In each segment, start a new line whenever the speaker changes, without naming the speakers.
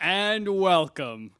And welcome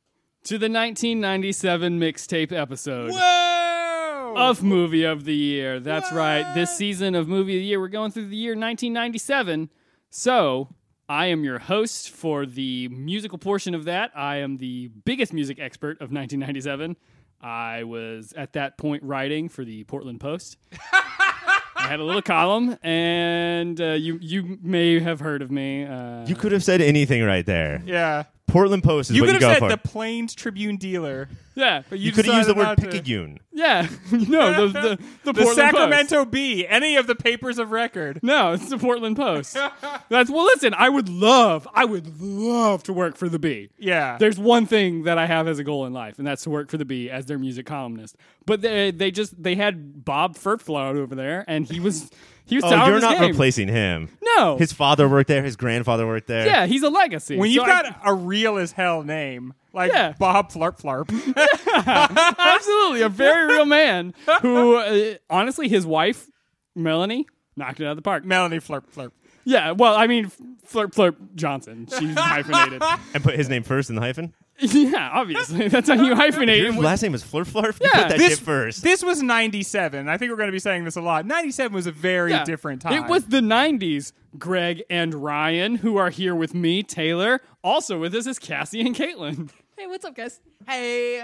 to the 1997 mixtape episode
Whoa!
of Movie of the Year. That's right. This
What?
season of Movie of the Year, we're going through the year 1997. So, I am your host for the musical portion of that. I am the biggest music expert of 1997. I was at that point writing for the Portland Post. I had a little column, and uh, you you may have heard of me. Uh,
You could have said anything right there.
yeah.
Portland Post is
You
what
could
you
have
go
said
for.
the Plains Tribune Dealer,
yeah, but you,
you could have used the word
decided not to-
Picayune.
Yeah, no, the the, the,
the
Portland Post.
Sacramento Bee, any of the papers of record.
No, it's the Portland Post. That's well. Listen, I would love, I would love to work for the Bee.
Yeah.
There's one thing that I have as a goal in life, and that's to work for the Bee as their music columnist. But they they just they had Bob Furtflow over there, and he was he was.
Oh,
top of
you're
his
not
game.
replacing him.
No,
His father worked there. His grandfather worked there.
yeah, he's a legacy.
when you've
So I-
got a real as hell name like
Yeah.
Bob Flarp Flarp,
absolutely a very real man who, uh, honestly, his wife Melanie knocked it out of the park.
Melanie Flarp Flarp.
Yeah, well, I mean, Flirt Flirt Johnson. She's hyphenated.
And put his name first in the hyphen.
yeah, obviously. That's how you hyphenate.
Your
it.
last name is Flurf Flurf? You
Yeah.
put that
This
shit first.
This was '97. I think we're going to be saying this a lot. '97 was a very
Yeah.
different time.
It was the 90s. Greg and Ryan, who are here with me, Taylor. Also with us is Cassie and Caitlin.
Hey, what's up, guys? Hey.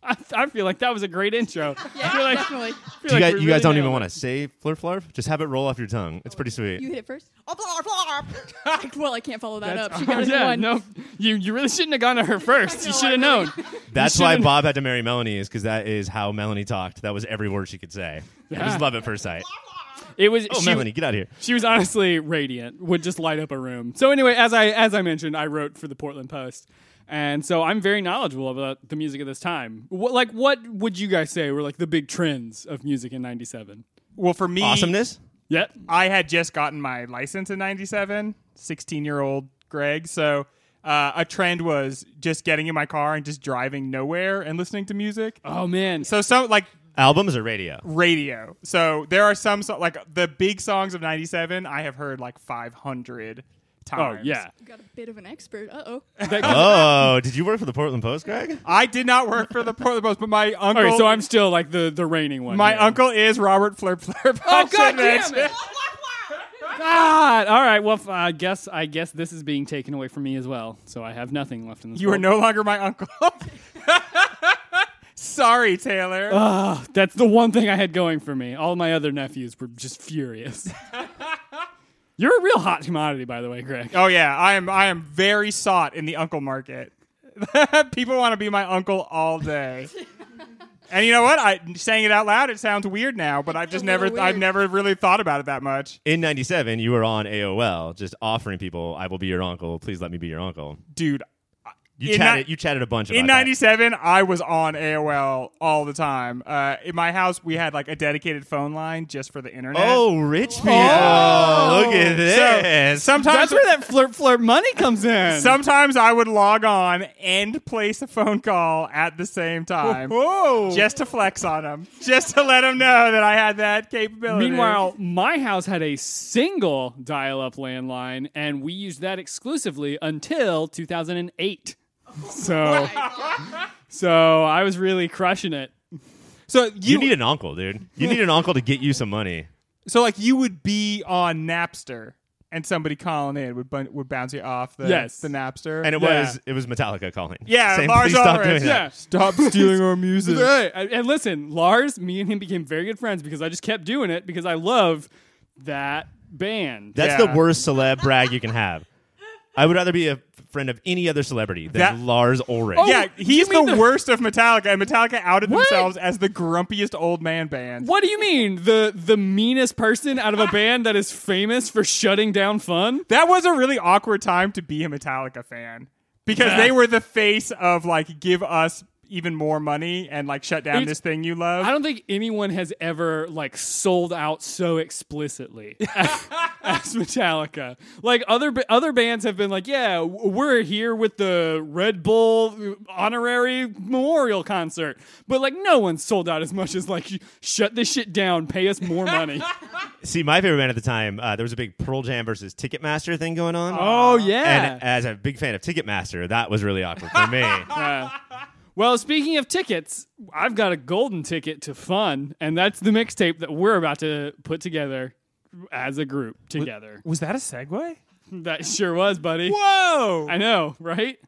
I, I feel like that was a great intro. I
Yeah,
feel like,
definitely.
Do you, guys, you guys don't even want to say Flurf Flurf? Just have it roll off your tongue. It's pretty sweet.
You hit it first. Oh, blah, blah. well, I can't follow that up. She got it in
Yeah,
one.
no, you you really shouldn't have gone to her first. you
know,
should
I
have known.
That's
You
why
shouldn't-
Bob had to marry Melanie, is because that is how Melanie talked. That was every word she could say. It was love at first sight.
It was
Oh,
she-
Melanie, get out of here.
She was honestly radiant, would just light up a room. So anyway, as I as I mentioned, I wrote for the Portland Post, and so I'm very knowledgeable about the music of this time. What, like, what would you guys say were like the big trends of music in '97?
well for me.
Awesomeness?
Yeah,
I had just gotten my license in 97, 16 year old Greg. So uh, a trend was just getting in my car and just driving nowhere and listening to music.
Oh man,
So, some like
Albums or radio?
radio. So there are some, so, like the big songs of 97, I have heard like
oh
500 times.
yeah,
You got a bit of an expert. Uh oh.
Mm.
Oh, did you work for the Portland Post, Greg?
I did not work for the Portland Post, but my uncle.
all right. So I'm still like the the reigning one.
my
here.
uncle is Robert Flurp Flurp.
Oh god damn it! God. All right. Well, f- I guess I guess this is being taken away from me as well. So I have nothing left in this.
You are
world.
no longer my uncle. Sorry, Taylor.
Ah, that's the one thing I had going for me. All my other nephews were just furious. You're a real hot commodity, by the way, Greg.
Oh yeah, I am. I am very sought in the uncle market. People want to be my uncle all day. and you know what? I saying it out loud. It sounds weird now, but I've just
a
never.
little
I've
weird.
never really thought about it that much,
in 97 you were on aol just offering people i will be your uncle please let me be your uncle
dude.
you
In
chatted
ni-
you chatted a bunch about
In '97, I was on AOL all the time. Uh, in my house, we had like a dedicated phone line just for the internet.
that. oh rich people look at
so
this
sometimes
That's where that flirt flirt money comes in.
Sometimes I would log on and place a phone call at the same time.
Whoa.
Just to flex on them. Just to let them know that I had that capability.
Meanwhile, my house had a single dial up landline, and we used that exclusively until 2008. So, so I was really crushing it.
so you,
you need an uncle dude you need an uncle to get you some money
so like you would be on Napster and somebody calling in would bun- would bounce you off the
Yes.
the Napster.
and it
Yeah.
was it was metallica calling
Yeah,
Saying,
Lars
please stop
Ulrich.
doing that
Yeah.
stop stealing our music.
Right. And and listen, Lars, me and him became very good friends because I just kept doing it because I love that band.
that's
Yeah.
the worst celeb brag you can have i would rather be a friend of any other celebrity than
That-
lars ulrich
Yeah,
Oh, you
he's the,
mean the-
worst of Metallica, and Metallica outed
What?
themselves as the grumpiest old man band.
What do you mean? The the meanest person out of a band that is famous for shutting down fun?
that was a really awkward time to be a Metallica fan because they were the face of like give us even more money and like shut down
It's-
this thing you love.
I don't think anyone has ever like sold out so explicitly as Metallica. Like other ba- other bands have been like, yeah, w- we're here with the Red Bull honorary memorial concert, but like no one sold out as much as like shut this shit down, pay us more money.
See, my favorite band at the time, uh, there was a big Pearl Jam versus Ticketmaster thing going on.
oh yeah.
And as a big fan of Ticketmaster, that was really awkward for me.
well, speaking of tickets, I've got a golden ticket to fun, and that's the mixtape that we're about to put together as a group together.
Was that a segue?
That sure was, buddy.
Whoa!
I know, right?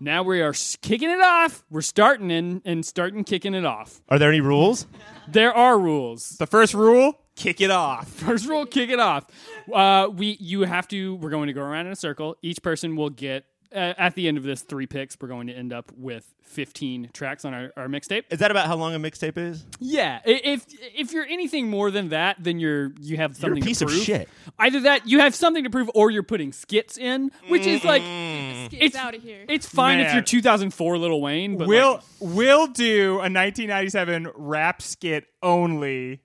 Now we are s- kicking it off. We're starting in and starting kicking it off.
Are there any rules?
There are rules.
the first rule: kick it off.
First rule, kick it off. Uh, we you have to. We're going to go around in a circle. Each person will get uh, at the end of this three picks. We're going to end up with fifteen tracks on our, our mixtape.
Is that about how long a mixtape is?
Yeah, i- if if you're anything more than that, then you're you have something
a piece
to
of
prove.
shit.
Either that you have something to prove, or you're putting skits in, which is like
Mm-hmm.
It's out of here.
It's fine if
Man.
you're 2004 Little Wayne, but
we'll
like,
we'll do a 1997 rap skit only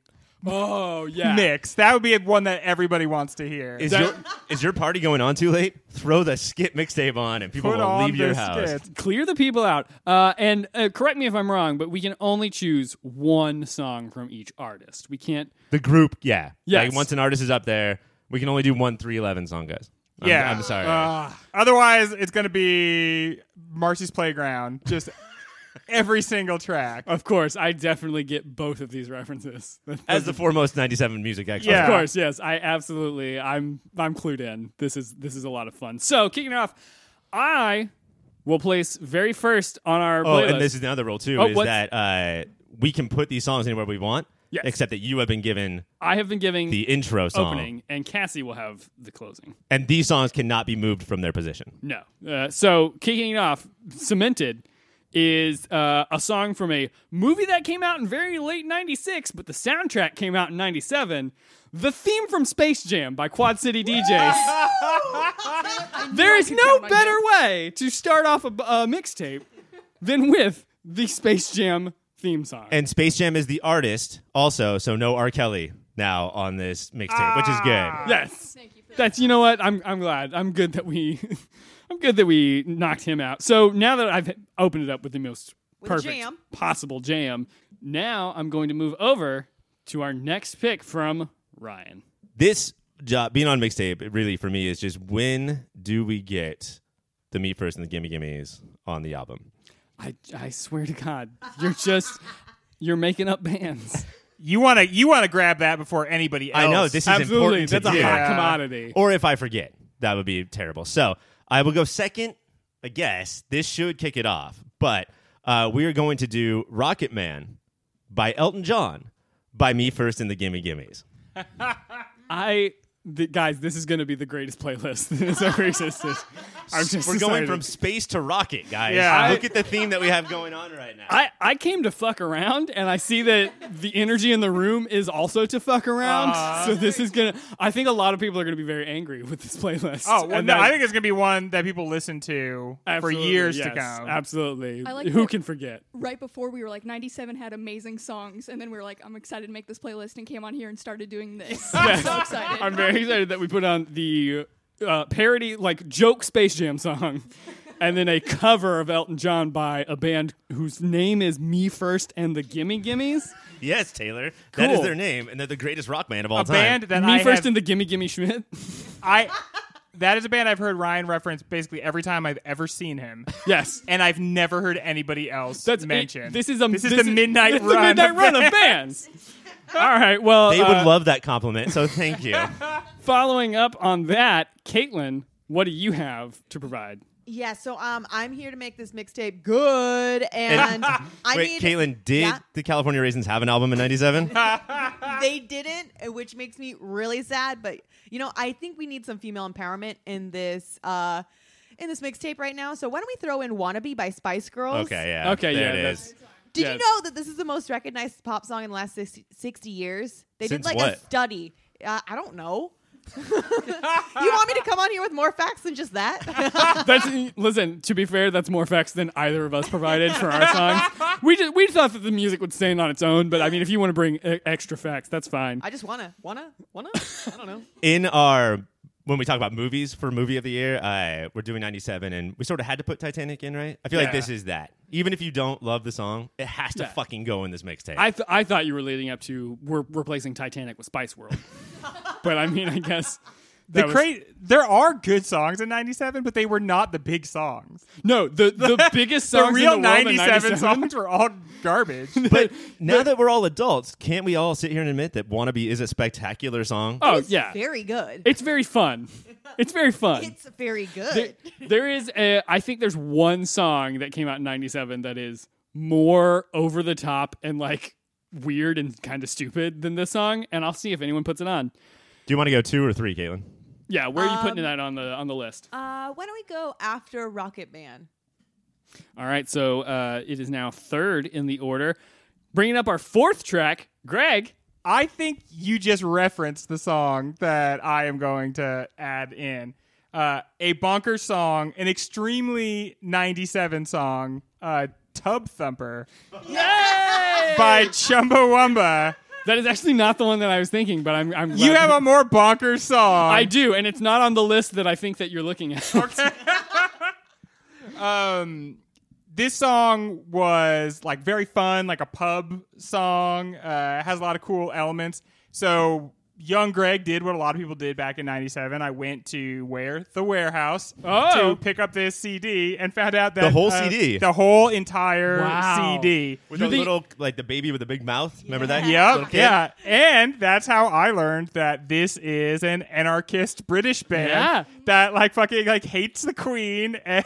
oh yeah,
mix. That would be one that everybody wants to hear.
Is
That-
your is your party going on too late? Throw the skit mixtape on, and people
Put
will
on
leave your
the
house.
skit.
clear the people out. Uh, and uh, correct me if I'm wrong, but we can only choose one song from each artist. We can't.
The group, yeah,
Yes.
Like once an artist is up there, we can only do one three eleven song, guys. I'm,
Yeah,
I'm sorry.
Uh, otherwise, it's going to be Marcy's Playground. Just every single track.
Of course, I definitely get both of these references.
As the foremost ninety seven music expert,
Yeah.
Of course, yes. I absolutely I'm I'm clued in. This is this is a lot of fun. So kicking it off, I will place very first on our
Oh,
playlist.
and this is another rule too:
Oh,
is
what's-
that uh, we can put these songs anywhere we want,
Yes.
except that you have been given
I have been giving
the intro song,
opening, and Cassie will have the closing.
and these songs cannot be moved from their position.
No. Uh, so kicking it off, cemented is uh, a song from a movie that came out in very late '96, but the soundtrack came out in '97. The theme from Space Jam by Quad City DJs. there is
could
no
count my
better way to start off a, b- a mixtape than with the Space Jam theme song.
And Space Jam is the artist also, so no R. Kelly now on this mixtape, which is
Ah.
good.
yes.
Thank you for that.
That's you know what I'm I'm glad I'm good that we I'm good that we knocked him out. So now that I've opened it up with the most
With a
perfect
jam.
possible jam, now I'm going to move over to our next pick from Ryan.
This job being on mixtape it really for me is just when do we get the me first and the gimme gimmes on the album?
I I swear to God, you're just you're making up bands.
You want to you want to grab that before anybody else.
I know this is
Absolutely,
important to
that's a
do.
hot
Yeah.
commodity.
Or if I forget, that would be terrible. So I will go second. I guess this should kick it off, but uh, we are going to do Rocket Man by Elton John by me first and the gimme gimmes.
I th- guys, this is going to be the greatest playlist that has ever existed. I'm just
We're going
excited.
from space to rocket, guys.
Yeah.
Look at the theme that we have going on right now.
I, I came to fuck around and I see that the energy in the room is also to fuck around. so this is gonna I think a lot of people are gonna be very angry with this playlist.
Oh well,
And
no,
that-
I think it's gonna be one that people listen to for
absolutely,
years to
yes,
come.
Absolutely.
I like
Who
that-
can forget?
Right before we were like 97 had amazing songs, and then we were like, I'm excited to make this playlist, and came on here and started doing this. I'm so excited.
I'm very excited that we put on the uh, parody like joke Space Jam song. And then a cover of Elton John by a band whose name is Me First and the Gimme Gimmies.
yes, Taylor. That is
Cool.
their name, and they're the greatest rock band of all
a
time.
band that
Me
I
First
have,
and the Gimme Gimme Schmidt.
I that is a band I've heard Ryan reference basically every time I've ever seen him,
Yes.
and I've never heard anybody else
That's
mentioned.
it. This is a
this is the midnight
this is
run.
The midnight run
band.
of bands. All right. Well,
they
uh,
would love that compliment, so thank you.
following up on that, Caitlin, what do you have to provide?
Yeah, so um, I'm here to make this mixtape good, and I
Wait,
need
Caitlin, did
Yeah.
the California Raisins have an album in '97?
they didn't, uh, which makes me really sad. But you know, I think we need some female empowerment in this uh, in this mixtape right now. So why don't we throw in "Wannabe" by Spice Girls?
okay, yeah.
Okay,
there
yeah,
it
that's-
is.
Did
Yes.
you know that this is the most recognized pop song in the last 60, 60 years? They
Since
did like
what?
a study. Uh, I don't know. You want me to come on here with more facts than just that?
That's listen. To be fair, that's more facts than either of us provided for our songs. We just we thought that the music would stand on its own, but I mean, if you want to bring e- extra facts, that's fine.
I just wanna, wanna, wanna. I don't know.
in our when we talk about movies for movie of the year, uh, we're doing '97, and we sort of had to put Titanic in, right? I feel like
Yeah.
this is that. Even if you don't love the song, it has to
Yeah.
fucking go in this mixtape.
I th- I thought you were leading up to we're replacing Titanic with Spice World, but I mean, I guess
The
that was-
cra- there are good songs in 97, but they were not the big songs.
No, the the biggest
The
songs
real
in the world in
97, songs were all garbage.
but now that we're all adults, can't we all sit here and admit that "Wannabe" is a spectacular song?
Oh
It's
yeah,
very good.
it's very fun. It's very fun.
It's very good.
there, there is a I think there's one song that came out in 97 that is more over the top and like weird and kind of stupid than this song and I'll see if anyone puts it on.
Do you want to go two or three, Caitlin?
Yeah, where are you
Um,
putting that on the on the list?
uh, why don't we go after Rocket Man?
All right, so uh, it is now third in the order. Bringing up our fourth track, Greg.
I think you just referenced the song that I am going to add in. Uh, a bonker song, an extremely 97 song, uh, Tub Thumper by Chumbawamba.
That is actually not the one that I was thinking, but I'm I'm
You
glad-
have a more bonker song.
I do, and it's not on the list that I think that you're looking at.
um this song was like very fun like a pub song uh has a lot of cool elements so young greg did what a lot of people did back in 97 i went to where the warehouse
Oh.
to pick up this cd and found out that
The whole
uh,
CD?
the whole entire
Wow.
cd
With
You're
the
the-
little, like the baby with the big mouth. Remember that? Little
Yep.
kid?
Yeah. And that's how I learned that this is an anarchist British band
Yeah.
that like fucking like hates the Queen, and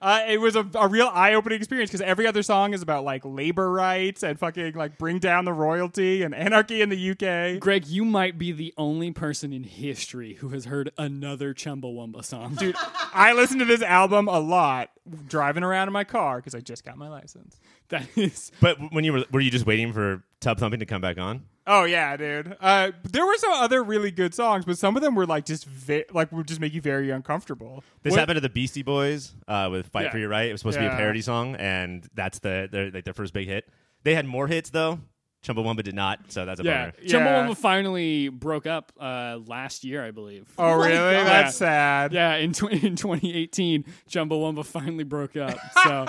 uh, it was a, a real eye opening experience because every other song is about like labor rights and fucking like bring down the royalty and anarchy in the UK.
Greg, you might be the only person in history who has heard another Chumbawamba song.
Dude, I listen to this album a lot driving around in my car because I just got my license.
That is
But when you were, were you just waiting for Tub Thumping to come back on?
Oh yeah, dude. Uh, there were some other really good songs, but some of them were like just ve- like would just make you very uncomfortable.
This
What-
happened to the Beastie Boys uh, with "Fight
Yeah.
for Your Right." It was supposed to be
Yeah.
a parody song, and that's the their like their first big hit. They had more hits though. Chumbawamba did not, so that's a
yeah.
bummer.
Yeah.
Chumbawamba finally broke up uh, last year, I believe.
Oh,
my
really?
God.
That's sad.
Yeah, in tw- in 2018, Chumbawamba finally broke up. So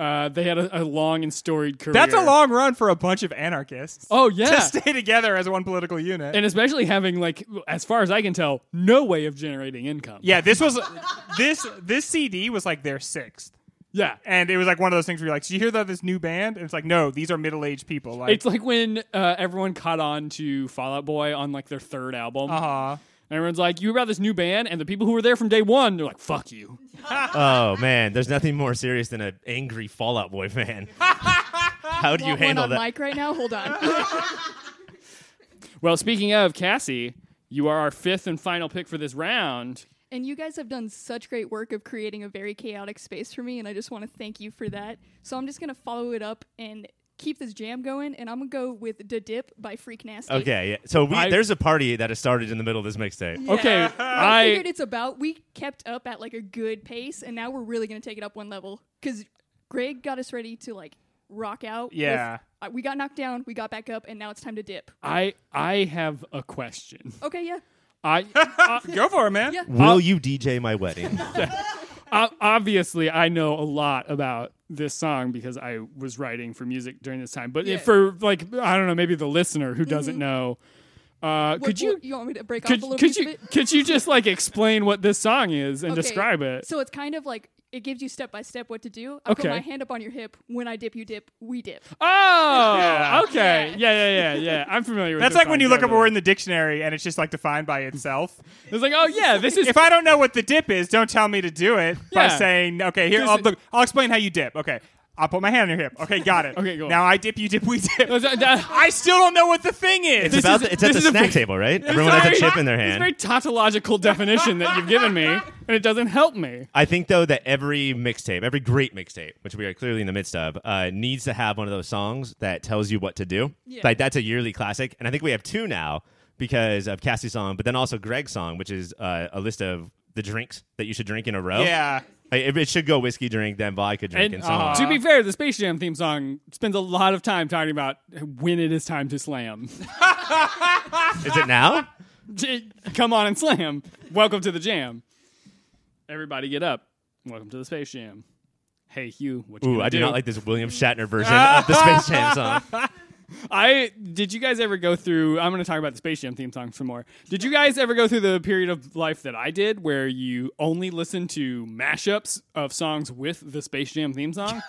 uh, they had a, a long and storied career.
That's a long run for a bunch of anarchists.
Oh yeah.
To stay together as one political unit.
and especially having like, as far as I can tell, no way of generating income.
yeah, this was this this CD was like their sixth,
yeah.
and it was like one of those things where you're like, "So you hear about this new band?" And it's like, "No, these are middle aged people." Like,
It's like when uh, everyone caught on to Fallout Boy on like their third album.
uh
And everyone's like, you heard about this new band? And the people who were there from day one, they're like, fuck you.
Oh man, there's nothing more serious than an angry Fallout Boy fan. How do you
Want
handle
one on
that?
mic right now? Hold on.
Well, speaking of Cassie, you are our fifth and final pick for this round.
and you guys have done such great work of creating a very chaotic space for me, and I just want to thank you for that. So I'm just gonna follow it up and keep this jam going, and I'm gonna go with "Da Dip" by Freak Nasty.
Okay, yeah. So we,
I-
there's a party that has started in the middle of this mixtape.
Okay,
I figured
I
it's about we kept up at like a good pace, and now we're really gonna take it up one level because Greg got us ready to like rock out. with-
Yeah.
uh, we got knocked down, we got back up, and now it's time to dip.
I I have a question.
Okay, yeah,
I uh,
huh. Go for it, man.
Yeah.
Will you DJ my wedding?
o- uh, obviously I know a lot about this song because I was writing for music during this time. But
Yeah. Mm-hmm.
for like I don't know, maybe the listener who doesn't know, uh,
What-
could you
what- you want me to break off
could,
a little
could
piece of
you
it?
could you just like explain what this song is and
Okay,
describe it?
So it's kind of like it gives you step by step what to do. I
Okay.
put my hand up on your hip. When I dip, you dip. We dip.
Oh,
Yeah.
okay, yeah, yeah, yeah, yeah. I'm familiar with.
That's
this
like when
song,
you look up a
totally.
word in the dictionary and it's just like defined by itself.
It's like, oh yeah, this is
If I don't know what the dip is, don't tell me to do it by
Yeah.
saying, "Okay, here,
This
I'll,
is-
look, I'll explain how you dip." Okay, I'll put my hand on your hip. Okay, got it.
Okay, go on.
Now I dip, you dip, we dip.
No, that- that-
I still don't know what the thing is.
It's about
is-
the, it's at
this
the
is a
snack
big-
table, right? Everyone has a
very-
chip in their
It's a
hand.
very tautological definition that you've given me, and it doesn't help me.
I think though that every mixtape, every great mixtape, which we are clearly in the midst of, uh, needs to have one of those songs that tells you what to do.
Yeah.
Like that's a yearly classic, and I think we have two now because of Cassie's song, but then also Greg's song, which is uh, a list of the drinks that you should drink in a row.
Yeah.
Like, it, it should go whiskey drink, then vodka drink, and, so on.
uh,
to be fair, the Space Jam theme song spends a lot of time talking about when it is time to slam.
Is it now?
J- Come on and slam. Welcome to the jam. Everybody get up. Welcome to the Space Jam. Hey Hugh, what you
Ooh,
gonna
I do not like this William Shatner version of the Space Jam song.
I did you guys ever go through I'm gonna talk about the Space Jam theme song some more. Did you guys ever go through the period of life that I did where you only listened to mashups of songs with the Space Jam theme song?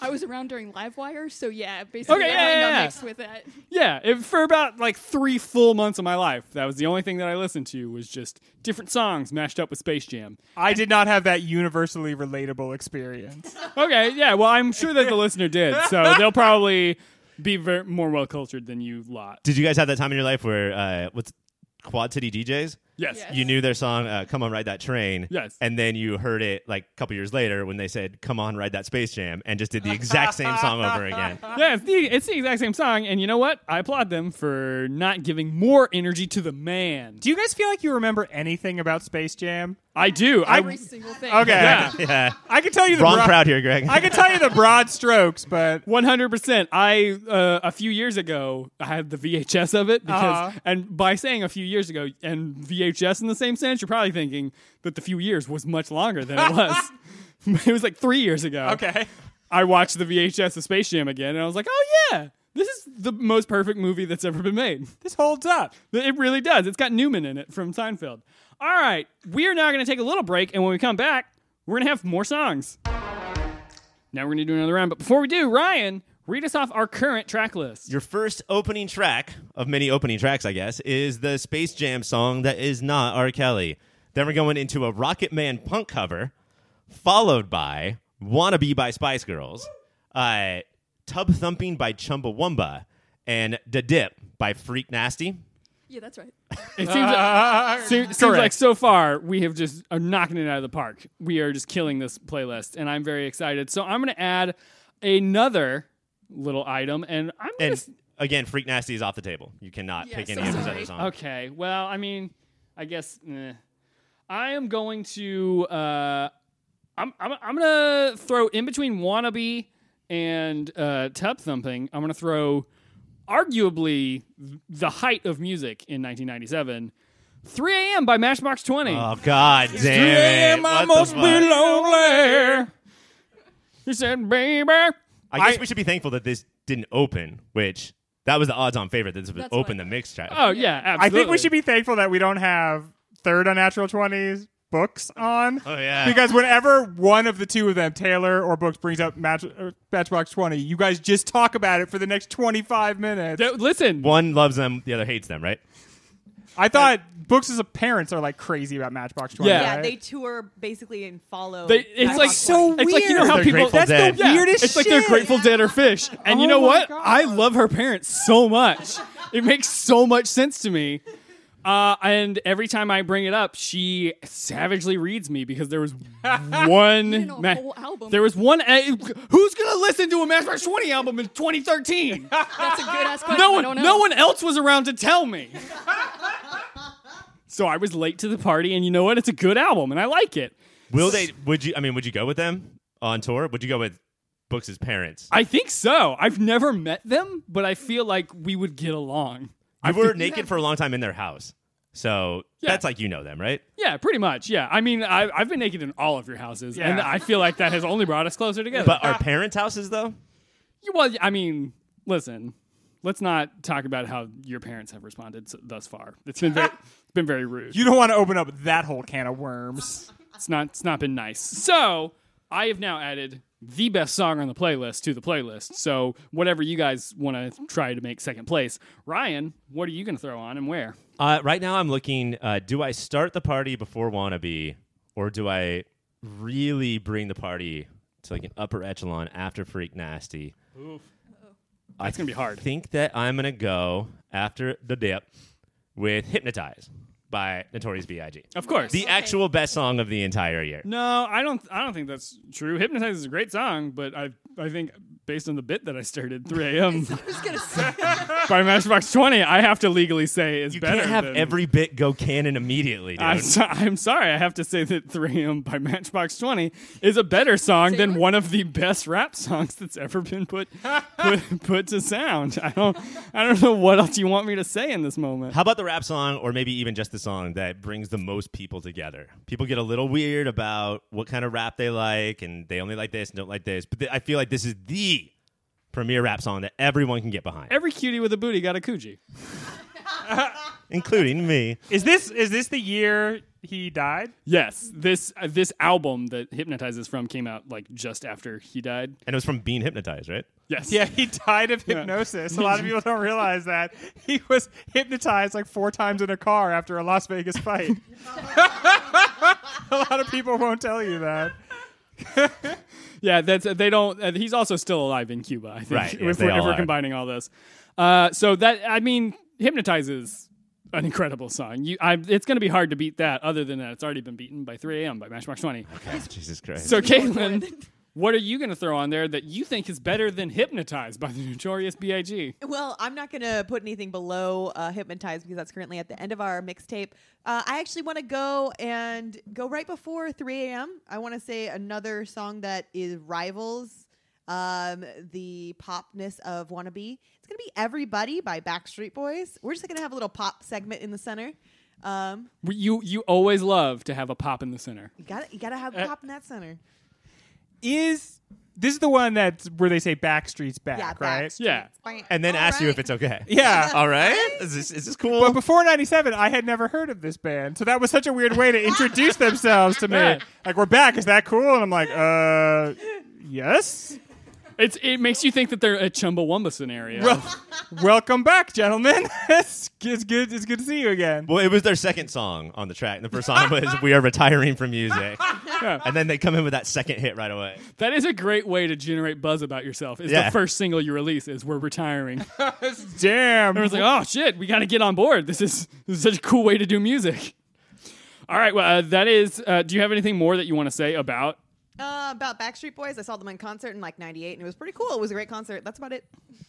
I was around during Livewire, so yeah, basically
Okay,
I
yeah,
lined
yeah,
up
yeah.
mixed with that.
yeah. It, for about like three full months of my life, that was the only thing that I listened to was just different songs mashed up with Space Jam.
I did not have that universally relatable experience.
Okay, yeah. Well, I'm sure that the listener did, so they'll probably be ver- more well cultured than you lot.
Did you guys have that time in your life where uh, what's Quad City DJs?
Yes.
Yeah.
You knew their song uh, "Come on, Ride That Train,"
Yes.
and then you heard it like a couple years later when they said "Come on, Ride That Space Jam" and just did the exact same song over again.
Yeah, it's the, it's the exact same song, and you know what? I applaud them for not giving more energy to the man.
Do you guys feel like you remember anything about Space Jam?
I do.
Every
I,
single thing.
Okay.
yeah,
Yeah,
I can tell you the
wrong
broad-
crowd here, Greg.
I can tell you the broad strokes, but
100%. I, uh, a few years ago, I had the VHS of it because,
Uh-huh.
and by saying a few years ago and VHS in the same sense, you're probably thinking that the few years was much longer than it was. it was like three years ago.
okay.
I watched the VHS of Space Jam again, and I was like, oh yeah, this is the most perfect movie that's ever been made.
This holds up.
It really does. It's got Newman in it from Seinfeld. All right, we are now going to take a little break, and when we come back, we're going to have more songs. Now we're going to do another round, but before we do, Ryan, read us off our current track list.
Your first opening track of many opening tracks, I guess, is the Space Jam song that is not R. Kelly. Then we're going into a Rocket Man punk cover, followed by Wannabe by Spice Girls, uh, Tub Thumping by Chumbawamba, and Da Dip by Freak Nasty.
Yeah, that's right.
It seems, se- seems like so far we have just are knocking it out of the park. We are just killing this playlist, and I'm very excited. So I'm going to add another little item, and I'm going
And
to
again, Freak Nasty is off the table. You cannot
Yeah,
pick
so
any of his
sorry.
other songs.
Okay. Well, I mean, I guess eh. I am going to. Uh, I'm, I'm I'm gonna throw in between wannabe and uh, tub thumping. I'm gonna throw arguably the height of music in 1997, 3 a.m. by Matchbox 20.
Oh God, damn it! What
I
the
must be
fuck?
lonely. He said, "Baby."
I guess we should be thankful that this didn't open, which that was the odds-on favorite that this would
That's
open
what-
the mix track.
Oh yeah, absolutely.
I think we should be thankful that we don't have third unnatural twenties books on.
Oh, yeah.
Because whenever one of the two of them, Taylor or Books, brings up match, uh, Matchbox Twenty, you guys just talk about it for the next twenty five minutes.
Th- Listen,
One loves them, the other hates them, right?
I thought Books' as a parents are like crazy about Matchbox Twenty.
Yeah.
Yeah,
right?
they tour basically and follow.
They, it's
Matchbox
like
20.
It's like you know
weird.
how
They're
people.
Grateful
That's
Dead.
the
Yeah,
weirdest.
It's like they're
shit.
Grateful Dead or Fish. And you
Oh
know
my
what?
God.
I love her parents so much. it makes so much sense to me. Uh, and every time I bring it up, she savagely reads me because there was one
You know, a
ma-
whole album.
There was one. uh, who's gonna listen to a Matchbox Twenty album in 2013?
That's a good ass question.
no
I
one,
don't know.
no one else was around to tell me. so I was late to the party, and you know what? It's a good album, and I like it.
Will they? Would you? I mean, would you go with them on tour? Would you go with Books' parents?
I think so. I've never met them, but I feel like we would get along.
You were naked for a long time in their house, so
Yeah.
that's like you know them, right?
Yeah, pretty much. Yeah. I mean, I, I've been naked in all of your houses, and
Yeah.
I feel like that has only brought us closer together.
But our parents' houses, though.
You- well, I mean, listen, let's not talk about how your parents have responded s thus far. It's been very, it's been very rude.
You don't want to open up that whole can of worms.
it's not, it's not been nice. So I have now added the best song on the playlist to the playlist. So whatever you guys want to try to make second place, Ryan, what are you going to throw on and where?
Uh, right now, I'm looking. Uh, do I start the party before wannabe, or do I really bring the party to like an upper echelon after Freak Nasty?
That's going to be hard.
I think that I'm gonna go after the dip with "Hypnotize" by Notorious B.I.G.
Of course.
The actual best song of the entire year.
No, I don't. I don't think that's true. Hypnotize is a great song, but I I think based on the bit that I started 3 a.m.
I was gonna say.
by Matchbox 20, I have to legally say is
You
better.
can't have
than-
every bit go canon immediately, dude.
I'm, so- I'm sorry, I have to say that 3 a.m. by Matchbox 20 is a better song than
Taylor?
one of the best rap songs that's ever been put, put put to sound. I don't I don't know what else you want me to say in this moment.
How about the rap song, or maybe even just the song that brings the most people together? People get a little weird about what kind of rap they like, and they only like this and don't like this. But th- I feel like this is the premier rap song that everyone can get behind,
Every cutie with a booty got a coochie.
including me.
Is this is this the year he died?
Yes, this uh, this album that Hypnotizes from came out like just after he died.
And it was from being hypnotized, right?
Yes.
Yeah, he died of hypnosis. A lot of people don't realize that he was hypnotized like four times in a car after a Las Vegas fight. a lot of people won't tell you that.
Yeah, that's uh, they don't. Uh, he's also still alive in Cuba, I think.
Right,
If,
yes, they
we're, if
all
we're
are.
combining all this, uh, so that I mean, hypnotizes an incredible song. You, I, it's going to be hard to beat that. Other than that, it's already been beaten by 3 a.m. by Matchbox 20.
Jesus Christ.
So, Caitlin, what are you going to throw on there that you think is better than hypnotized by the Notorious B.I.G.?
Well, I'm not going to put anything below uh, Hypnotize because that's currently at the end of our mixtape. Uh, I actually want to go and go right before 3 a.m. I want to say another song that is rivals um, the popness of Wannabe. It's going to be Everybody by Backstreet Boys. We're just going to have a little pop segment in the center. Um,
You you always love to have a pop in the center.
you got to you got to have
Uh,
pop in that center.
Is this is the one that's where they say Backstreet's back,
Yeah,
right?
Backstreet's
Yeah.
back.
and then
All
ask you
right.
if it's okay. Uh,
Yeah.
All right. Is this, is this cool?
But before 97, I had never heard of this band. So that was such a weird way to introduce themselves to me.
Right.
Like, we're back. Is that cool? And I'm like, uh, yes.
It's it makes you think that they're a Chumbawamba scenario.
Welcome back, gentlemen. it's, it's good. It's good to see you again.
Well, it was their second song on the track. And the first song was "We Are Retiring from Music," and then they come in with that second hit right away.
That is a great way to generate buzz about yourself. Is
Yeah.
the first single you release is "We're Retiring."
Damn.
Everyone's like, "Oh shit, we got to get on board. This is this is such a cool way to do music." All right, well, uh, that is. Uh, do you have anything more that you want to say about?
Uh, about Backstreet Boys, I saw them in concert in like '98, and it was pretty cool. It was a great concert. That's about it.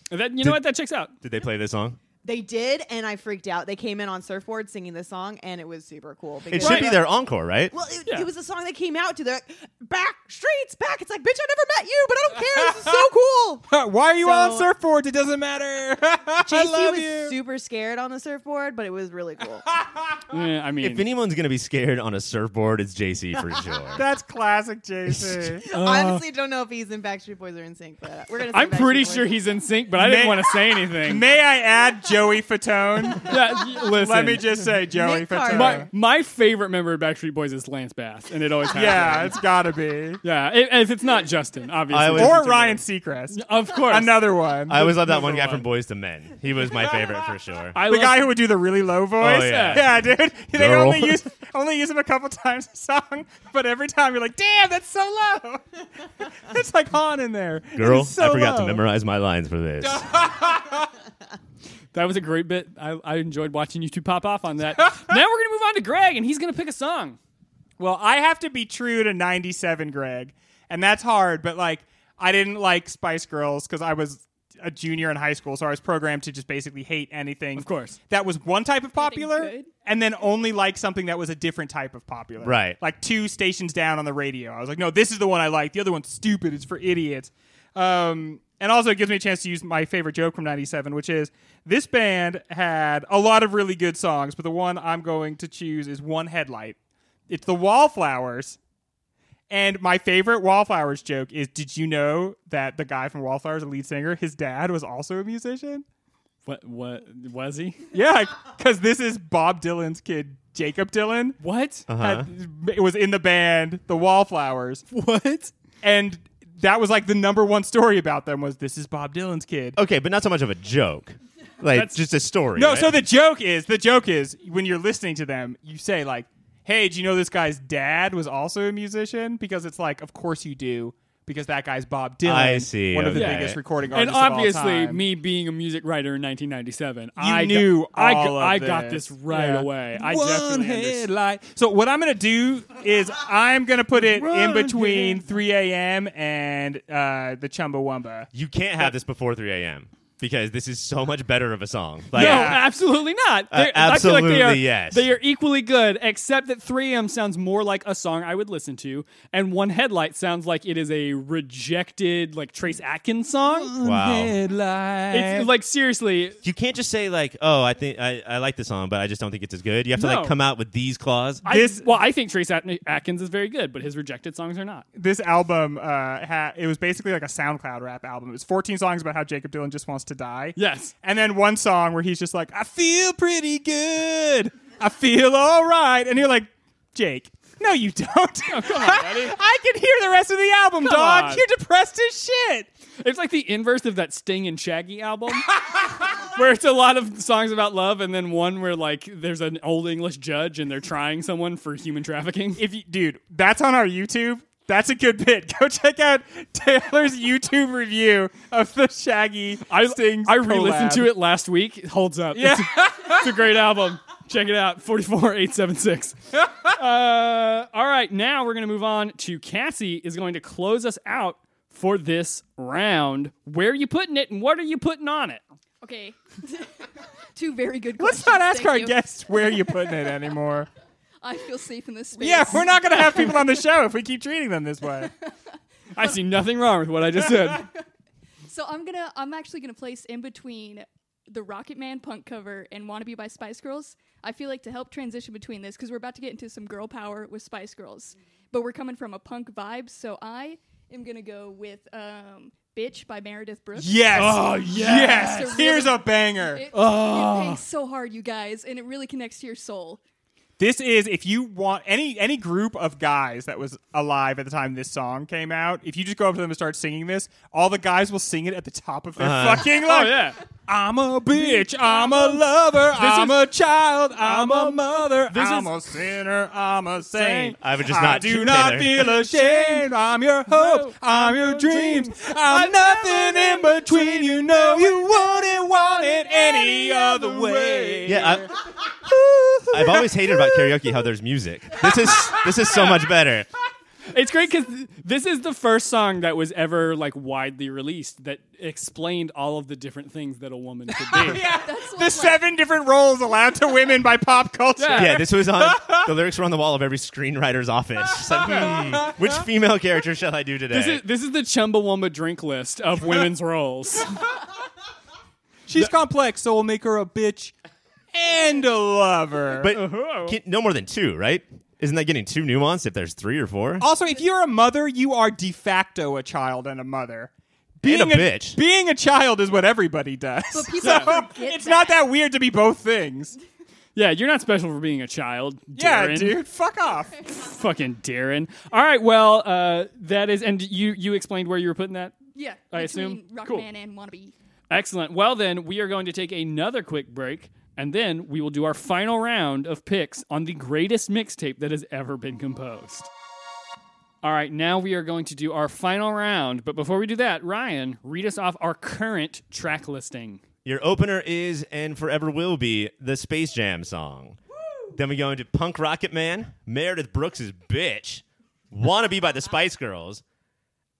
That you know what that checks out.
Did they play this song?
They did, and I freaked out. They came in on surfboards singing this song, and it was super cool.
It
because-
should be their encore, right?
Well, it,
Yeah.
it was a song that came out to the back streets back. It's like, bitch, I never met you, but I don't care. This is so cool.
Why are you
So-
on surfboards? It doesn't matter. I
JC
love
was
you.
super scared on the surfboard, but it was really cool.
Eh, I mean,
If anyone's gonna be scared on a surfboard, it's JC for sure.
That's classic, JC.
I honestly don't know if he's in Backstreet Boys or in sync, but we're gonna. say
I'm pretty
Backstreet Boys.
sure he's in sync, but I didn't
May-
want to say anything.
May I add Joey Fatone?
Yeah, y- listen,
Let me just say Joey
Nick
Fatone.
Carter.
My, my favorite member of Backstreet Boys is Lance Bass, and it always has
yeah,
been.
it's gotta be.
yeah. i- if it's not Justin, obviously,
I was-
Or
It's-
Ryan Seacrest.
of course,
Another one.
I always love that one
Number
guy
one.
from Boys to Men. He was my favorite for sure.
I
the
love-
guy who would do the really low voice.
Oh, yeah.
dude. They
Girl.
only use only use him a couple times a song, but every time you're like, damn, that's so low. it's like Han in there. It
Girl,
is so
I forgot
low.
to memorize my lines for this.
That was a great bit. I, I enjoyed watching you two pop off on that. now we're gonna move on to Greg, and he's gonna pick a song.
Well, I have to be true to 97, Greg. And that's hard, but like, I didn't like Spice Girls because I was a junior in high school, so I was programmed to just basically hate anything.
Of course.
That was one type of popular,
good.
and then only like something that was a different type of popular.
Right.
Like two stations down on the radio. I was like, no, this is the one I like. The other one's stupid. It's for idiots. Um, and also, it gives me a chance to use my favorite joke from 97, which is this band had a lot of really good songs, but the one I'm going to choose is One Headlight. It's the Wallflowers. And my favorite Wallflowers joke is Did you know that the guy from Wallflowers, the lead singer, his dad was also a musician?
What? What was he?
Yeah, because this is Bob Dylan's kid, Jacob Dylan.
What?
Uh-huh.
had- It was in the band, the Wallflowers.
What?
And that was like the number one story about them was this is Bob Dylan's kid.
Okay, but not so much of a joke. Like
That's-
just a story.
No,
Oh, right?
so the joke is the joke is when you're listening to them, you say like, "Hey, do you know this guy's dad was also a musician?" Because it's like, of course you do, because that guy's Bob Dylan,
I see,
one of the
okay.
biggest recording
and
artists. of all
obviously,
time.
me being a music writer in 1997,
You
I
knew
Got, I,
all
got-
of
I got
this.
this right
Yeah.
away. I
One
definitely understood.
headlight. So what I'm gonna do is I'm gonna put it in
One
between 3 a.m. and uh, the Chumbawamba.
You can't have this before 3 a.m. because this is so much better of a song. Like,
No,
Yeah.
absolutely not.
Uh,
They're- I feel like they are,
absolutely yes.
They are equally good, except that 3M sounds more like a song I would listen to, and One Headlight sounds like it is a rejected, like Trace Atkins song.
Wow.
Headlight.
It's like seriously,
You can't just say like, "Oh, I think I, I like the song, but I just don't think it's as good." You have to
No.
like come out with these claws.
I,
This-
well, I think Trace At- Atkins is very good, but his rejected songs are not.
this album uh, ha- it was basically like a SoundCloud rap album. It was 14 songs about how Jacob Dylan just wants to die.
Yes.
And then one song where he's just like, "I feel pretty good. I feel all right." And you're like, "Jake, no you don't.
Oh, come on, buddy.
I can hear the rest of the album,
Come
dog.
on.
You're depressed as shit."
It's like the inverse of that Sting and Shaggy album, where it's a lot of songs about love, and then one where like there's an old English judge and they're trying someone for human trafficking.
If you, dude, that's on our YouTube. That's a good bit. Go check out Taylor's YouTube review of the Shaggy
I,
Stings.
I re-listened
collab.
to it last week. It holds up.
Yeah.
It's, a, it's a great album. Check it out. 44876. Uh, all right, now we're going to move on to Cassie is going to close us out for this round. Where are you putting it and what are you putting on it?
Okay. Two very good
Let's
questions.
not ask
Thank
our
you.
guests where you're putting it anymore.
I feel safe in this space.
Yeah, we're not going to have people on the show if we keep treating them this way.
I see nothing wrong with what I just said.
So I'm gonna I'm actually gonna place in between the Rocket Man punk cover and Wannabe by Spice Girls. I feel like to help transition between this because we're about to get into some girl power with Spice Girls,
Mm-hmm.
but we're coming from a punk vibe. So I am gonna go with um, "Bitch" by Meredith Brooks.
Yes.
Oh, yes.
It's a
Here's
really-
a banger.
It,
Oh.
it bangs so hard, you guys, and it really connects to your soul.
this is if you want any any group of guys that was alive at the time this song came out, if you just go up to them and start singing this, all the guys will sing it at the top of their fucking
Oh,
lungs.
yeah.
I'm a bitch, I'm a lover, I'm a child, I'm a mother,
this
I'm
is-
a sinner, I'm a saint.
I would just
I
not
do not
Taylor.
feel ashamed. I'm your hope. I'm your dreams. I'm nothing in between. You know you wouldn't want it any other way.
Yeah, I, have always hated about karaoke how there's music. This is this is so much better.
It's great because this is the first song that was ever like widely released that explained all of the different things that a woman could be.
That's what
The
I'm like.
seven different roles allowed to women by pop culture.
Yeah.
Yeah, this was on the lyrics were on the wall of every screenwriter's office. Just like, hmm, which female character shall I do today?
This is, this is the Chumbawamba drink list of women's roles.
She's complex, so we'll make her a bitch and a lover.
but
Uh-huh.
can- no more than two, right? Isn't that getting too nuanced if there's three or four?
also, if you're a mother, you are de facto a child and a mother.
And a bitch.
Being a child is what everybody does.
But people
So,
forget
it's not that weird to be both things.
Yeah, you're not special for being a child. Darren.
Yeah, dude, fuck off.
Fucking Darren. All right, well, uh, that is, and you you explained where you were putting that.
Yeah,
I
between
assume.
Rocket
Cool.
Man and Wannabe.
Excellent. Well, then we are going to take another quick break, and then we will do our final round of picks on the greatest mixtape that has ever been composed. All right, now we are going to do our final round, but before we do that, Ryan, read us off our current track listing.
Your opener is and forever will be the Space Jam song. Then we go into Punk Rocket Man, Meredith Brooks' Bitch, Wanna Be by the Spice Girls,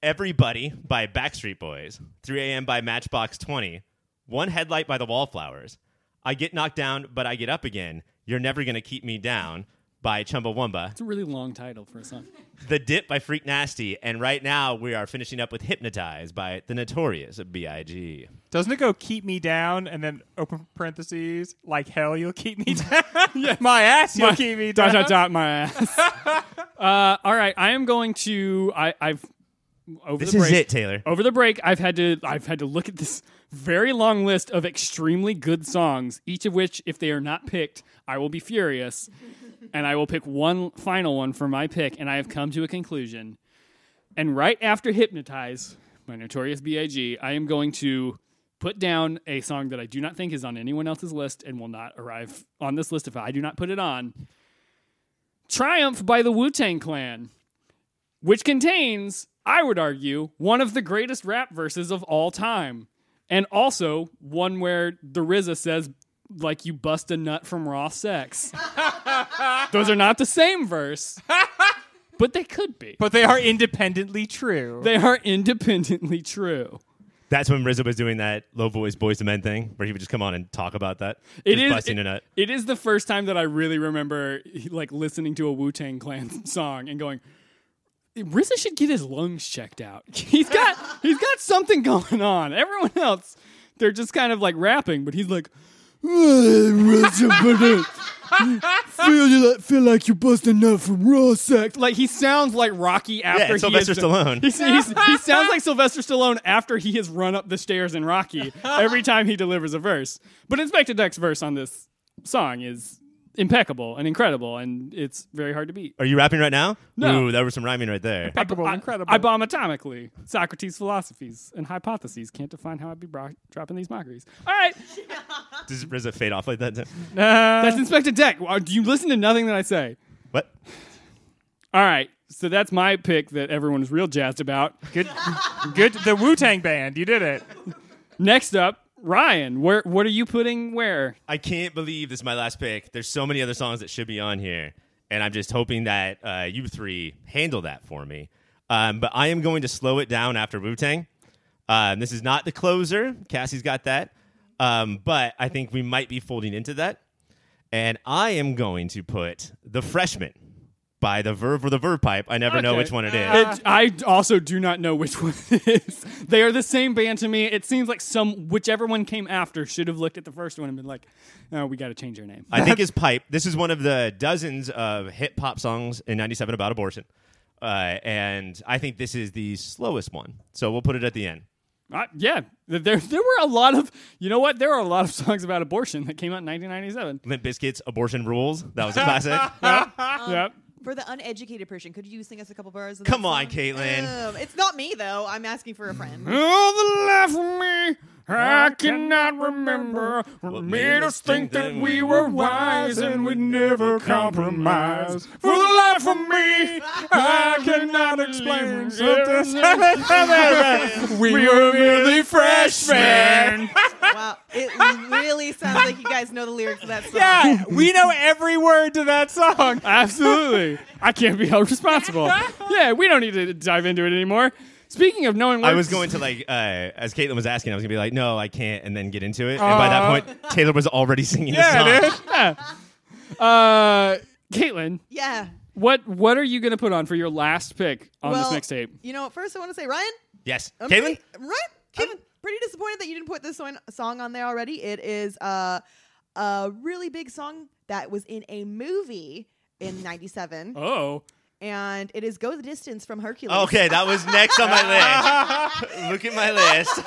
Everybody by Backstreet Boys, 3 a.m. by Matchbox 20, One Headlight by the Wallflowers, I Get Knocked Down But I Get Up Again, You're Never Gonna Keep Me Down by Chumbawamba,
It's a really long title for a song.
The Dip by Freak Nasty, and right now we are finishing up with Hypnotized by the Notorious B.I.G.
Doesn't it go keep me down and then open parentheses like hell you'll keep me down? My ass you'll
My-
keep me down.
dot dot dot my ass. uh, all right, I am going to. I, I've over
This
the
is
break.
it, Taylor.
Over the break, I've had to. I've had to look at this very long list of extremely good songs, each of which, if they are not picked, I will be furious, and I will pick one final one for my pick. And I have come to a conclusion. And right after Hypnotize by Notorious B.I.G., I am going to put down a song that I do not think is on anyone else's list and will not arrive on this list if I do not put it on. Triumph by the Wu Tang Clan, which contains I would argue, one of the greatest rap verses of all time. And also one where the RZA says, like you bust a nut from raw sex. Those are not the same verse, but they could be.
But they are independently true.
They are independently true.
That's when RZA was doing that low voice boys to men thing, where he would just come on and talk about that.
It
just
is-
busting
it-
a nut.
It is the first time that I really remember like listening to a Wu Tang Clan song and going, RZA should get his lungs checked out. He's got he's got something going on. Everyone else, they're just kind of like rapping, but he's like, RZA, uh, feel you like feel like you busted nut from raw sex. Like he sounds like Rocky after he
Sylvester
is,
Stallone.
He's, he's- he sounds like Sylvester Stallone after he has run up the stairs in Rocky every time he delivers a verse. But Inspector Deck's verse on this song is impeccable and incredible, and it's very hard to beat.
Are you rapping right now?
No.
Ooh, there was some rhyming right there.
Impeccable,
I-
incredible.
I bomb atomically. Socrates' philosophies and hypotheses can't define how I'd be bro- dropping these mockeries. All right,
Does RZA fade off like that? too?
that's Inspector Deck. Why- Do you listen to nothing that I say?
What?
All right, so that's my pick that everyone is real jazzed about.
good, good. The Wu Tang Band. You did it.
Next up, Ryan. Where? What are you putting where?
I can't believe this is my last pick. There's so many other songs that should be on here, and I'm just hoping that uh, you three handle that for me. Um, but I am going to slow it down after Wu Tang. Um, this is not the closer. Cassie's got that. Um, but I think we might be folding into that. And I am going to put The Freshman by The Verve or The Verve Pipe. I never know
Okay.
which one it is.
It, I also do not know which one it is. They are the same band to me. It seems like some whichever one came after should have looked at the first one and been like, "No, we got to change our name."
I think is Pipe. This is one of the dozens of hip hop songs in 97 about abortion. Uh, and I think this is the slowest one. So we'll put it at the end.
Uh, yeah, Th- there there were a lot of you know what? There are a lot of songs about abortion that came out in 1997.
Limp Biscuits, Abortion Rules. That was a classic.
yep.
For the uneducated person, could you sing us a couple bars? Of
Come
that
on,
song?
Caitlin.
Um, it's not me though. I'm asking for a friend.
Oh, the life of me. I cannot remember what made us think that we were wise and we'd never compromise. For the life of me, I cannot explain something. we were merely freshmen.
wow, it really sounds like you guys know the lyrics of that song.
Yeah, we know every word to that song.
Absolutely. I can't be held responsible. Yeah, we don't need to dive into it anymore. Speaking of knowing
I
words,
was going to like, uh, as Caitlin was asking, I was going to be like, no, I can't, and then get into it. and by that point, Taylor was already singing
Yeah,
the song.
dude.
uh, Caitlin,
Yeah.
what what are you going to put on for your last pick on
well,
this mixtape?
You know, first I want to say, Ryan.
Yes.
I'm
Caitlin?
pretty, Ryan, I'm pretty disappointed that you didn't put this one, song on there already. It is uh, a really big song that was in a movie in '97,
Oh.
and it is "Go the Distance" from Hercules.
Okay, that was next on my list. Look at my list.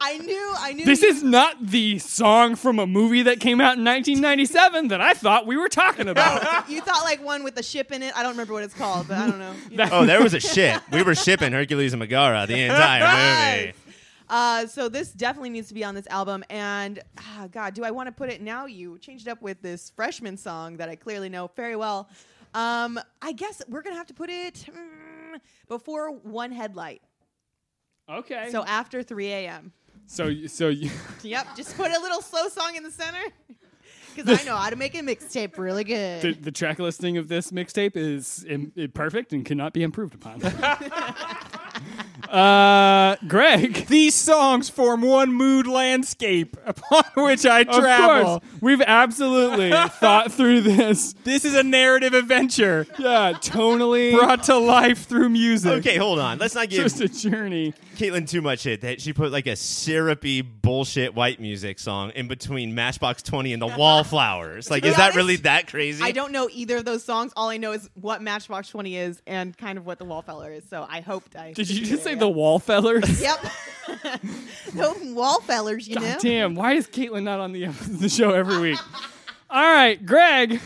I knew, I knew.
This
you-
is not the song from a movie that came out in 1997 that I thought we were talking about.
you thought like one with the ship in it. I don't remember what it's called, but I don't know. You know.
Oh, there was a ship. We were shipping Hercules and Megara the entire movie.
Uh, so this definitely needs to be on this album. And ah, God, do I want to put it now? You changed it up with this freshman song that I clearly know very well. Um, I guess we're gonna have to put it mm, before one headlight.
Okay.
So after 3 a.m.
so y- so you,
Yep, just put a little slow song in the center. Because I know how to make a mixtape really good.
the, the track listing of this mixtape is Im- i- perfect and cannot be improved upon. uh, Greg,
These songs form one mood landscape upon which I
of
travel.
course, we've absolutely thought through this.
This is a narrative adventure
Yeah, tonally
brought to life through music.
Okay, hold on. Let's not give
just a journey.
Caitlin too much hit. That she put like a syrupy bullshit white music song in between Matchbox Twenty and the Wallflowers. Like,
To be
is that
honest,
really that crazy?
I don't know either of those songs. All I know is what Matchbox 20 is and kind of what The Wallfeller is. So I hoped I.
Did you
figured
just
it
say
out.
the Wallfellers?
Yep. no Wallfellers, you know?
God damn, why is Caitlin not on the, the show every week? All right, Greg.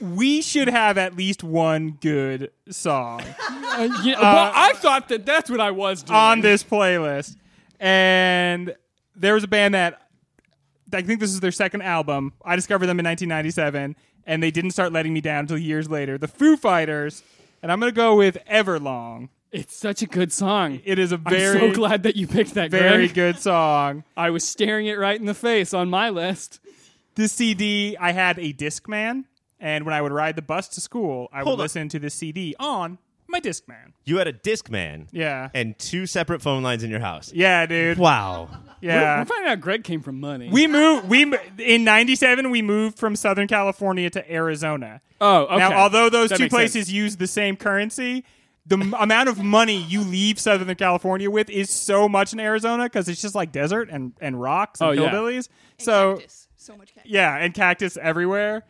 We should have at least one good song
Uh, yeah, well, I thought that that's what I was doing.
on this playlist. And there was a band that I think this is their second album. I discovered them in 1997, and they didn't start letting me down until years later. The Foo Fighters, and I'm going to go with Everlong.
It's such a good song.
It is a
I'm
very,
so glad that you picked that.
very
Greg.
good song.
I was staring it right in the face on my list.
This CD, I had a Discman, and when I would ride the bus to school, I
Hold
would
on.
listen to this CD on my Discman.
You had a disc man
Yeah.
and two separate phone lines in your house.
Yeah, dude.
Wow.
Yeah.
We're finding out Greg came from money.
We moved. We mo- in '97 we moved from Southern California to Arizona.
oh, okay.
Now, although those
That
two
makes sense.
places use the same currency, the m- amount of money you leave Southern California with is so much in Arizona because it's just like desert and, and rocks and
Oh, yeah.
hillbillies.
And
so
cactus. so much cactus.
yeah, and cactus everywhere.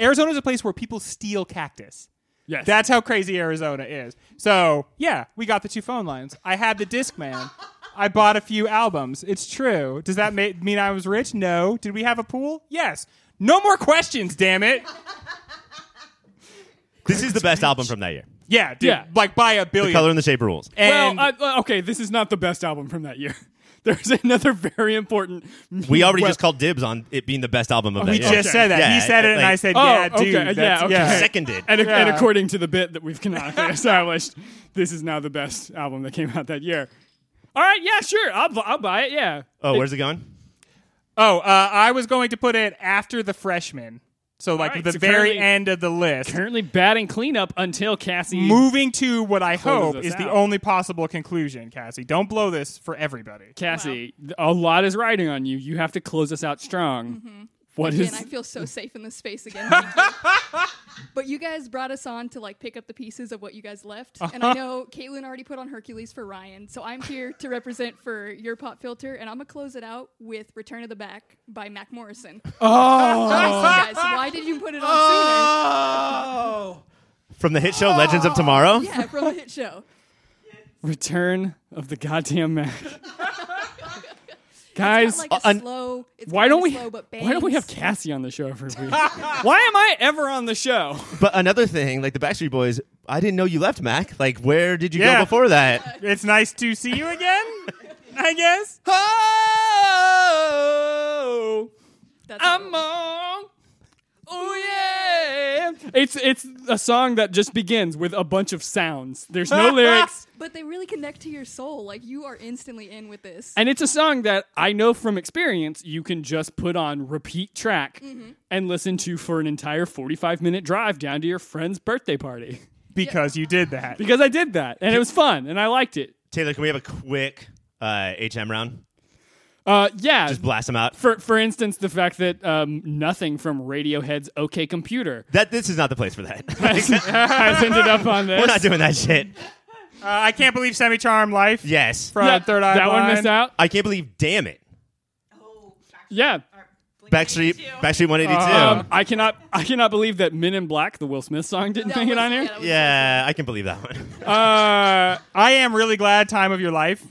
Arizona is a place where people steal cactus.
yes.
That's how crazy Arizona is. So yeah, we got the two phone lines. I had the disc man. I bought a few albums. It's true. Does that ma- mean I was rich? No. Did we have a pool? Yes. No more questions, damn it.
This is the best album from that year.
Yeah, dude.
Yeah.
Like by a
The
billion.
Color and the Shape rules.
and
well, I, okay, this is not the best album from that year. There's another very important.
We already
Well-
just called dibs on it being the best album of
we
that year.
just said that.
Yeah,
Oh, he said it, and
like,
I said,
uh, Oh,
"Yeah, dude."
okay,
that's-
yeah, okay.
seconded.
And, ac- and
Yeah.
according to the bit that we've canonically established, this is now the best album that came out that year. All right, yeah, sure, I'll, bu- I'll buy it. Yeah.
Oh, where's it going?
Oh, uh, I was going to put it after the freshman, so like
right,
the
so
very
currently-
end of the list.
Currently batting cleanup until Cassie.
Moving to what I
Closes
hope
us
is the
out.
only possible conclusion, Cassie. Don't blow this for everybody.
Cassie, th- a lot is riding on you. You have to close us out strong. What
Mm-hmm.
is?
Again, I feel so safe in this space again. Thank you. but you guys brought us on to like pick up the pieces of what you guys left, and
Uh-huh.
I know Caitlin already put on Hercules for Ryan, so I'm here to represent for your pop filter, and I'm gonna close it out with Return of the Back by Mac Morrison.
oh,
Nice, you guys, why did you put it on
Oh. From the hit show Legends of Tomorrow?
sooner? Yeah, from the hit show.
Return of the goddamn Mac.
It's
Guys,
got, like a
un-
slow. It's
why
got
don't
a
we?
Slow, but
why don't we have
bangs.
Cassie on the show every week? why am I ever on the show?
But another thing, like the Backstreet Boys, I didn't know you left Mac. Like, where did you
Yeah.
go before that?
It's nice to see you again. I guess.
Oh,
That's
I'm
all.
on. Oh yeah! It's it's a song that just begins with a bunch of sounds. There's no lyrics,
But they really connect to your soul. Like you are instantly in with this.
and it's a song that I know from experience you can just put on repeat track and listen to for an entire 45 minute drive down to your friend's birthday party.
Because you did that.
Because I did that, and it was fun, and I liked it.
Taylor, can we have a quick uh, HM round?
Uh, yeah.
Just blast them out.
for for instance, the fact that um, nothing from Radiohead's OK Computer
That This is not the place for that. Like,
has ended up on this.
we're not doing that shit.
Uh, I can't believe Semi Charm Life
Yes.
from
Yeah,
Third Eye
that one
Blind.
missed out.
I can't believe, damn it.
Oh, Backstreet-
Yeah.
or Blink
Backstreet, Backstreet
182.
182.
Um, I cannot I cannot believe that Men in Black, the Will Smith song, didn't
That
make it
was-
on
yeah,
here.
that was-
yeah, I can believe that one.
Uh, I am really glad Time of Your Life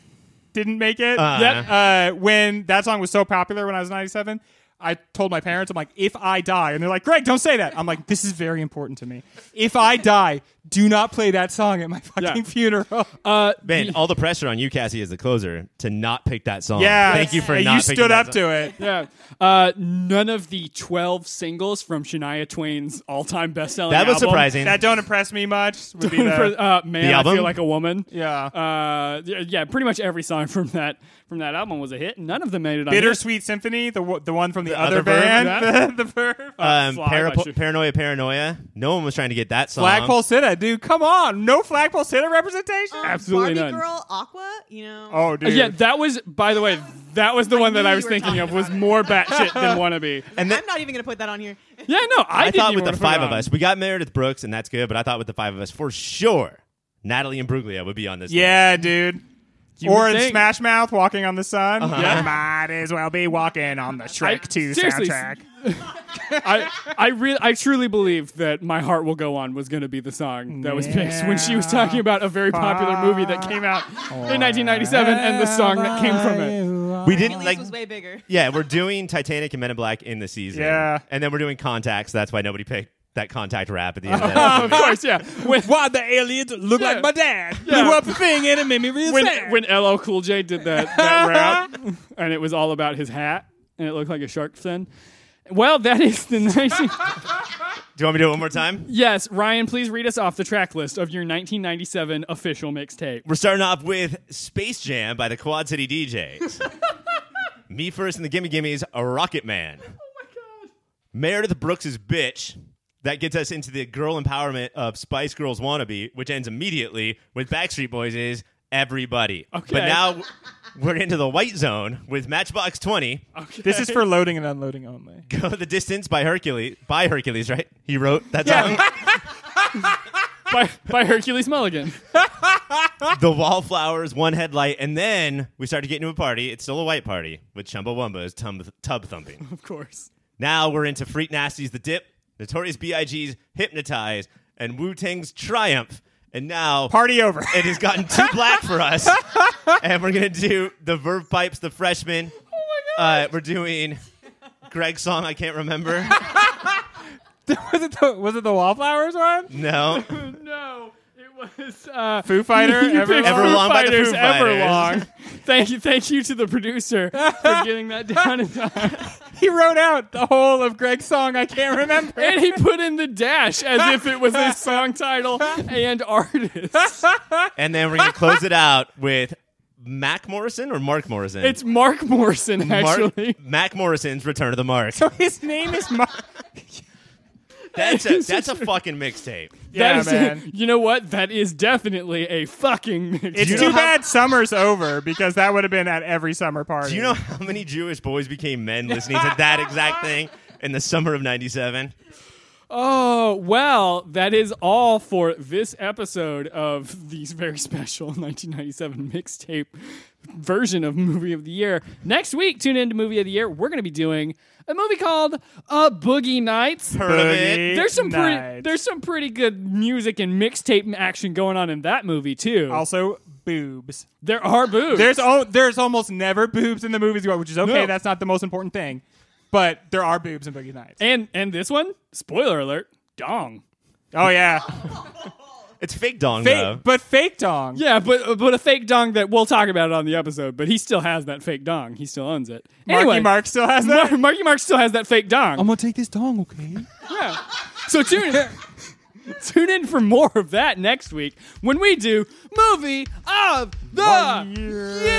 didn't make it.
Uh, Yep.
Uh, when that song was so popular when I was 97, I told my parents, I'm like, if I die, and they're like, Greg, don't say that. I'm like, this is very important to me. If I die, do not play that song at my fucking
Yeah.
funeral.
Uh,
Man, all the pressure on you, Cassie, as the closer, to not pick that song.
yeah.
Thank you for
And
not
You
picking
stood up
that song.
to it.
yeah. Uh, none of the twelve singles from Shania Twain's all-time best-selling
That was
album-
surprising.
That don't impress me much. Would be the,
For, uh, man,
The
I
album?
feel like a woman.
yeah.
Uh, yeah, yeah, pretty much every song from that from that album was a hit. None of them made it on this.
Bittersweet Symphony, the wo- the one from the, other,
other
band,
verb?
the, the verb.
um,
Uh, Fly,
Parapo-
I should-
paranoia, paranoia. No one was trying to get that song.
Flagpole Sitta, dude, come on, no Flagpole Sitta representation.
Um,
Absolutely
Barbie
none.
Girl, Aqua, you know.
oh, dude,
Uh, Yeah, that was. By the way, that was the one that
knew
I
you
was
were
thinking
talking
of was
about it.
more batshit than wannabe.
and then
I'm not even going to put that on here.
Yeah, no, I,
I,
didn't
thought
even
with the
wanna put it
five of
on.
us, we got Meredith Brooks, and that's good. But I thought with the five of us, for sure, Natalie and Bruglia would be on this.
yeah, dude.
You
or
would
in
think.
Smash Mouth, Walking on the Sun.
Yeah.
Might as well be walking on the Shrek
I-
2
seriously,
soundtrack.
I I really I truly believe that My Heart Will Go On was going to be the song that was picked when she was talking about a very popular movie that came out in 1997 and the song that came from it.
list. we didn't
Hercules
like.
was way bigger.
Yeah, we're doing Titanic and Men in Black in the season.
Yeah.
and then we're doing Contacts. That's why nobody picked that Contact rap at the end. of that.
Of course, yeah. When
Why the aliens look
Yeah.
like my dad?
Yeah.
Blew up the thing and it made me real
when
sad.
when LL Cool J did that that rap and it was all about his hat and it looked like a shark fin. Well, that is the 19-
Do you want me to do it one more time?
Yes, Ryan, please read us off the track list of your 1997 official mixtape.
We're starting off with Space Jam by the Quad City DJs. Me First and the Gimme Gimmes, Rocket Man. Oh my God. Meredith Brooks' Bitch. That gets us into the girl empowerment of Spice Girls Wannabe, which ends immediately with Backstreet Boys' is Everybody.
Okay.
But now we're into the white zone with Matchbox 20.
This is for loading and unloading only.
Go the distance by Hercules. By Hercules, right? He wrote that
Yeah.
song.
by, by Hercules Mulligan.
the Wallflowers, One Headlight, and then we start to get into a party. It's still a white party with Chumbawamba's tum- tub thumping.
Of course.
now we're into Freak Nasty's The Dip, Notorious B.I.G.'s Hypnotize, and Wu Tang's Triumph. And now
Party over.
it has gotten too black for us, and we're gonna do the Verve Pipes, The Freshman. Oh my god! Uh, we're doing Greg's song. I can't remember.
was it the was it the Wallflowers one?
no.
No, it was uh,
Foo Fighter.
you picked
Everlong?
Everlong by the
Fighters,
Foo Fighters.
Everlong. thank you, thank you to the producer for getting that down in time.
He wrote out the whole of Greg's song. I can't remember.
And he put in the dash as if it was his song title and artist.
And then we're gonna close it out with Mac Morrison or Mark Morrison.
It's Mark Morrison, actually.
Mark, Mac Morrison's Return of the Mark.
so his name is Mark.
That's a that's a fucking mixtape.
That
yeah,
is-
man.
You know what? That is definitely a fucking mix.
It's
you
too
know how-
bad summer's over because that would have been at every summer party.
Do you know how many Jewish boys became men listening to that exact thing in the summer of '97?
Oh, well, that is all for this episode of the very special 1997 mixtape version of Movie of the Year. Next week, tune in to Movie of the Year. We're going to be doing a movie called uh, Boogie Nights.
Heard of
Boogie.
it?
There's some pretty
Nights.
there's some pretty good music and mixtape action going on in that movie too.
Also, boobs.
there are boobs.
There's oh, there's almost never boobs in the movies, which is okay.
No.
That's not the most important thing, but there are boobs in Boogie Nights.
and and this one, spoiler alert, dong.
Oh yeah,
It's fake dong
fake,
though.
but fake dong.
Yeah, but but a fake dong that we'll talk about it on the episode. But he still has that fake dong. He still owns it.
Marky
anyway,
Mark still has that.
Mar- Marky Mark still has that fake dong.
gonna take this dong, okay?
Yeah. So tune in. Tune in for more of that next week when we do movie of the year.